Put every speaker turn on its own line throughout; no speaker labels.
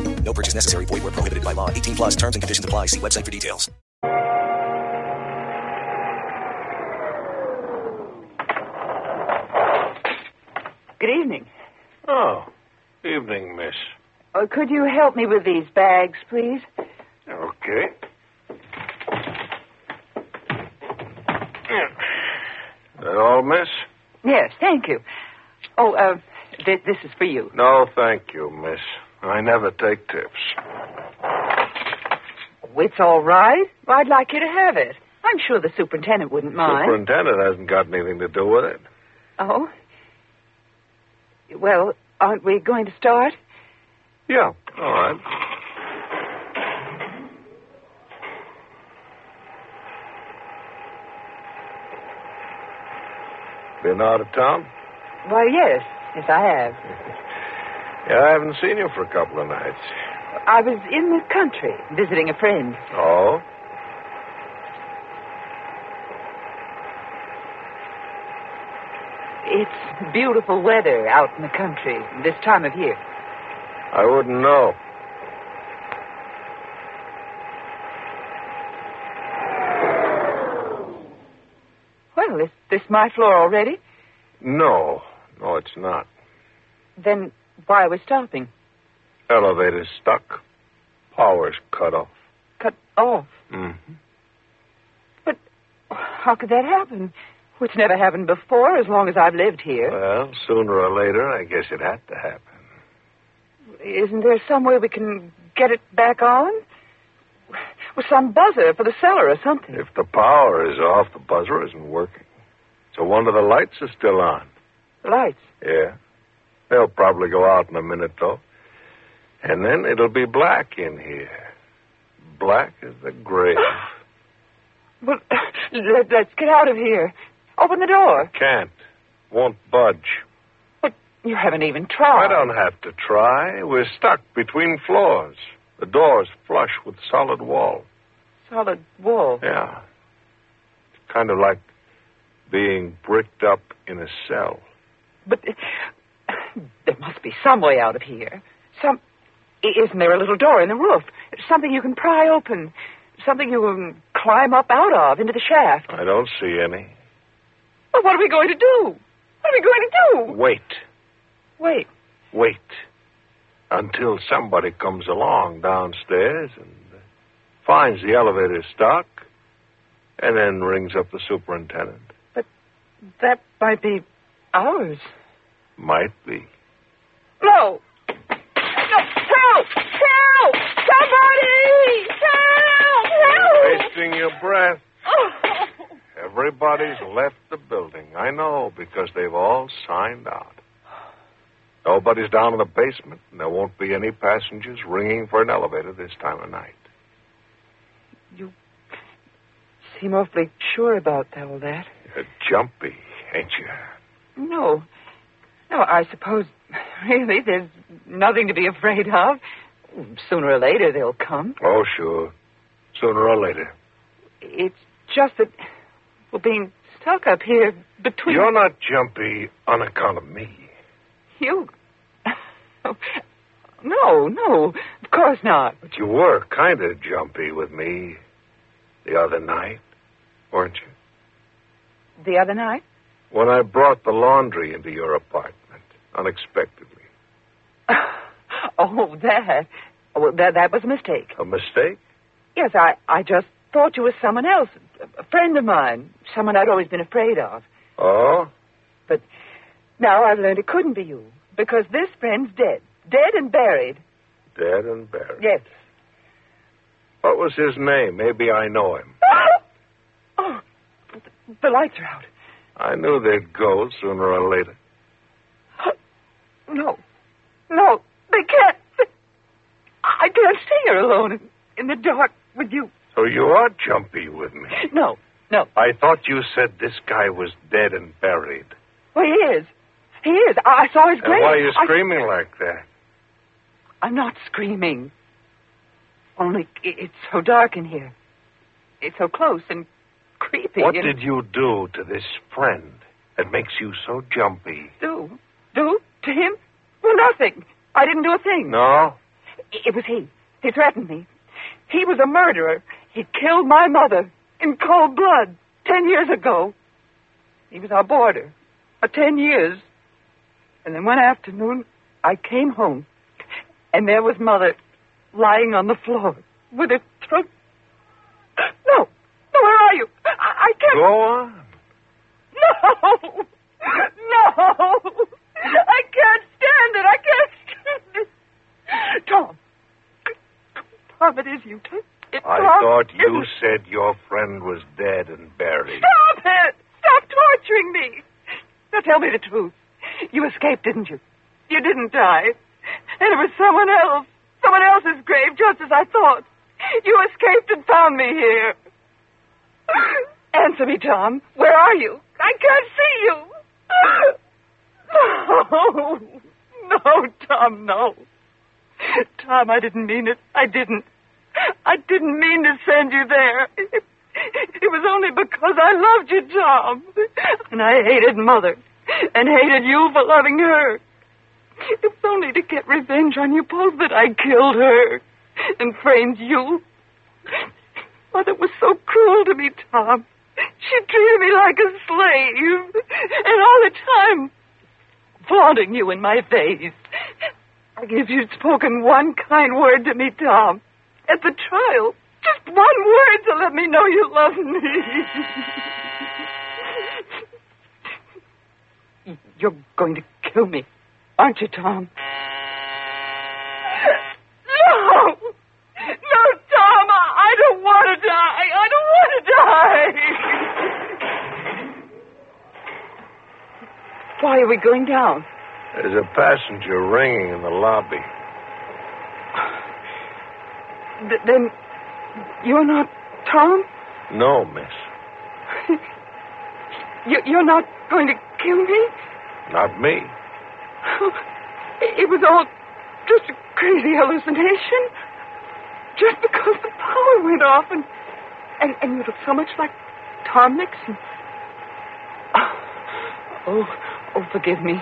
No purchase necessary. Void where prohibited by law. 18 plus terms and conditions apply. See website for details.
Good evening.
Oh, evening, miss.
Uh, could you help me with these bags, please?
Okay. Yeah. That all, miss?
Yes, thank you. Oh, uh, th- this is for you.
No, thank you, miss. I never take tips.
It's all right. I'd like you to have it. I'm sure the superintendent wouldn't mind.
Superintendent hasn't got anything to do with it.
Oh? Well, aren't we going to start?
Yeah, all right. Been out of town?
Why, yes. Yes, I have.
Yeah, I haven't seen you for a couple of nights.
I was in the country visiting a friend.
Oh?
It's beautiful weather out in the country this time of year.
I wouldn't know.
Well, is this my floor already?
No. No, it's not.
Then why are we stopping?
Elevator's stuck. Power's cut off.
Cut off.
Mm.
But how could that happen? It's never happened before as long as I've lived here.
Well, sooner or later, I guess it had to happen.
Isn't there some way we can get it back on? With some buzzer for the cellar or something.
If the power is off, the buzzer isn't working. So one of the lights is still on.
Lights.
Yeah. They'll probably go out in a minute, though. And then it'll be black in here. Black as the grave.
Well, let, let's get out of here. Open the door.
Can't. Won't budge.
But you haven't even
I
tried.
don't have to try. We're stuck between floors. The door's flush with solid wall.
Solid wall.
Yeah. It's kind of like being bricked up in a cell.
But uh, there must be some way out of here. Some. i- Isn't there a little door in the roof? Something you can pry open. Something you can climb up out of into the shaft.
I don't see any.
Well, what are we going to do? What are we going to do?
Wait.
Wait.
Wait. Until somebody comes along downstairs and finds the elevator stuck and then rings up the superintendent.
That might be ours.
Might be.
No. No. Help! Help! Somebody! Help! Help!
Wasting your breath.
Oh.
Everybody's left the building. I know, because they've all signed out. Nobody's down in the basement, and there won't be any passengers ringing for an elevator this time of night.
You seem awfully sure about all that.
You're jumpy, ain't you?
No. No, I suppose, really, there's nothing to be afraid of. Sooner or later, they'll come.
Oh, sure. Sooner or later.
It's just that we're being stuck up here between
You're not jumpy on account of me.
you. No, no, of course not.
But you were kind of jumpy with me the other night, weren't you?
The other night?
When I brought the laundry into your apartment, unexpectedly.
Oh, that. Well, that, that was a mistake.
A mistake?
Yes, I, I just thought you were someone else, a- a friend of mine, someone I'd always been afraid of.
Oh?
But now I've learned it couldn't be you because this friend's dead, dead and buried.
Dead and buried.
Yes.
What was his name? Maybe I know him.
Oh, the, the lights are out.
I knew they'd go sooner or later.
No, no, they can't. I can't stay here alone in, in the dark with you.
So you are jumpy with me.
No, no.
I thought you said this guy was dead and buried.
Well, he is. He is. I, I saw his
Then
grave.
why are you
I-
screaming like that?
I'm not screaming. Only i- it's so dark in here. It's so close and creepy.
What
and
did you do to this friend that makes you so jumpy?
do? Do to him? Well, nothing. I didn't do a thing.
No?
I- It was he. He threatened me. He was a murderer. He killed my mother in cold blood ten years ago. He was our boarder for ten years. And then one afternoon, I came home, and there was mother lying on the floor with her throat. No, no, where are you? I, I can't.
Go on.
No! No! I can't stand it. I can't stand it. Tom. Tom, it is you. It,
I
Tom,
thought you
it-
said your friend was dead and buried.
Stop it! Stop torturing me! Now tell me the truth. You escaped, didn't you? You didn't die. And it was someone else. Someone else's grave, just as I thought. You escaped and found me here. Answer me, Tom. Where are you? I can't see you. No. No, Tom, no. Tom, I didn't mean it. I didn't. I didn't mean to send you there. It was only because I loved you, Tom. And I hated Mother. And hated you for loving her. It was only to get revenge on you both that I killed her and framed you. Mother was so cruel to me, Tom. She treated me like a slave. And all the time, flaunting you in my face. Like if you'd spoken one kind word to me, Tom, at the trial, just one word to let me know you love me. You're going to kill me, aren't you, Tom? No! No, Tom, I I don't want to die. I don't want to die. Why are we going down?
There's a passenger ringing in the lobby.
Th- then you're not Tom?
No, miss.
You- you're not going to kill me?
Not me.
It it was all just a crazy hallucination. Just because the power went off and and, and you look so much like Tom Nixon. Oh, oh, forgive me.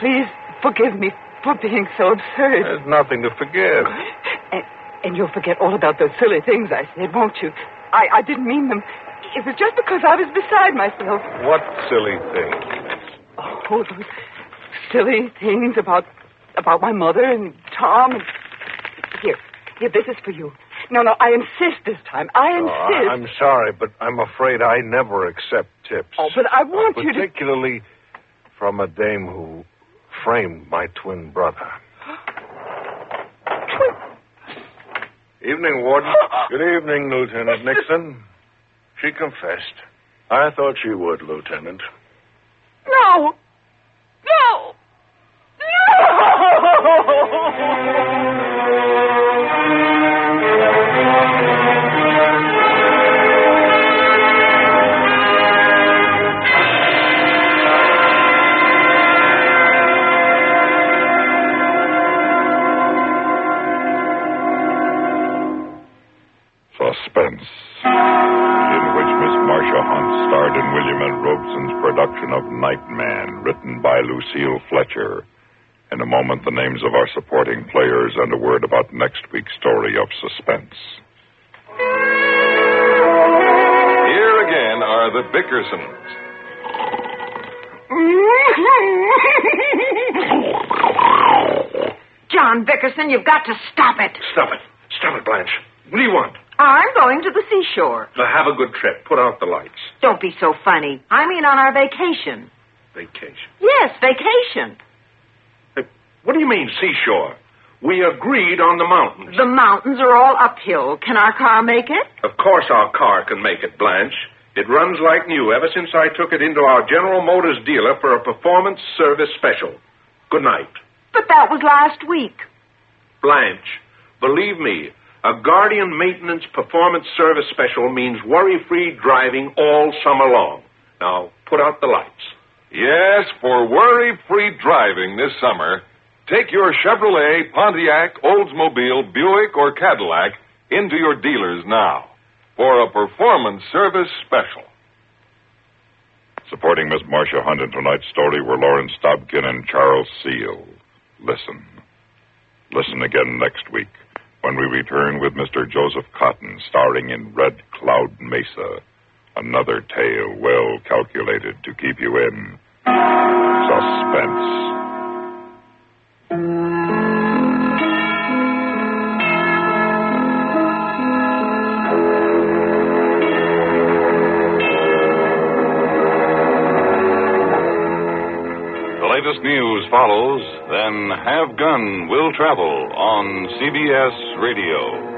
Please forgive me for being so absurd.
There's nothing to forgive.
And, and you'll forget all about those silly things I said, won't you? I, I didn't mean them. It was just because I was beside myself.
What silly thing?
Oh, those silly things about about my mother and Tom. And... Here, here, this is for you. No, no, I insist this time. I
Oh,
insist.
I, am sorry, but I'm afraid I never accept tips.
Oh, but I want you to-
Particularly from a dame who framed my twin brother. evening, Warden. Good evening, Lieutenant Nixon. She confessed. I thought she would, Lieutenant.
No, no, no!
Suspense, in which Miss Marcia Hunt starred in William N. Robeson's production of Nightman, written by Lucille Fletcher. In a moment, the names of our supporting players and a word about next week's story of suspense. Here again are the Bickersons.
John Vickerson, you've got to stop it.
Stop it. Stop it, Blanche. What do you want?
I'm going to the seashore.
Now, have a good trip. Put out the lights.
Don't be so funny. I mean on our vacation.
Vacation.
Yes, vacation.
Hey, what do you mean, seashore? We agreed on the mountains.
The mountains are all uphill. Can our car make it?
Of course our car can make it, Blanche. It runs like new ever since I took it into our General Motors dealer for a performance service special. Good night.
But that was last week.
Blanche, believe me, a Guardian Maintenance Performance Service special means worry free driving all summer long. Now, put out the lights.
Yes, for worry free driving this summer, take your Chevrolet, Pontiac, Oldsmobile, Buick, or Cadillac into your dealers now for a performance service special.
Supporting Miss Marcia Hunt in tonight's story were Lawrence Dobkin and Charles Seal. Listen. Listen again next week when we return with Mr. Joseph Cotton starring in Red Cloud Mesa, another tale well calculated to keep you in suspense.
The latest news follows, then Have Gun Will Travel on CBS Radio.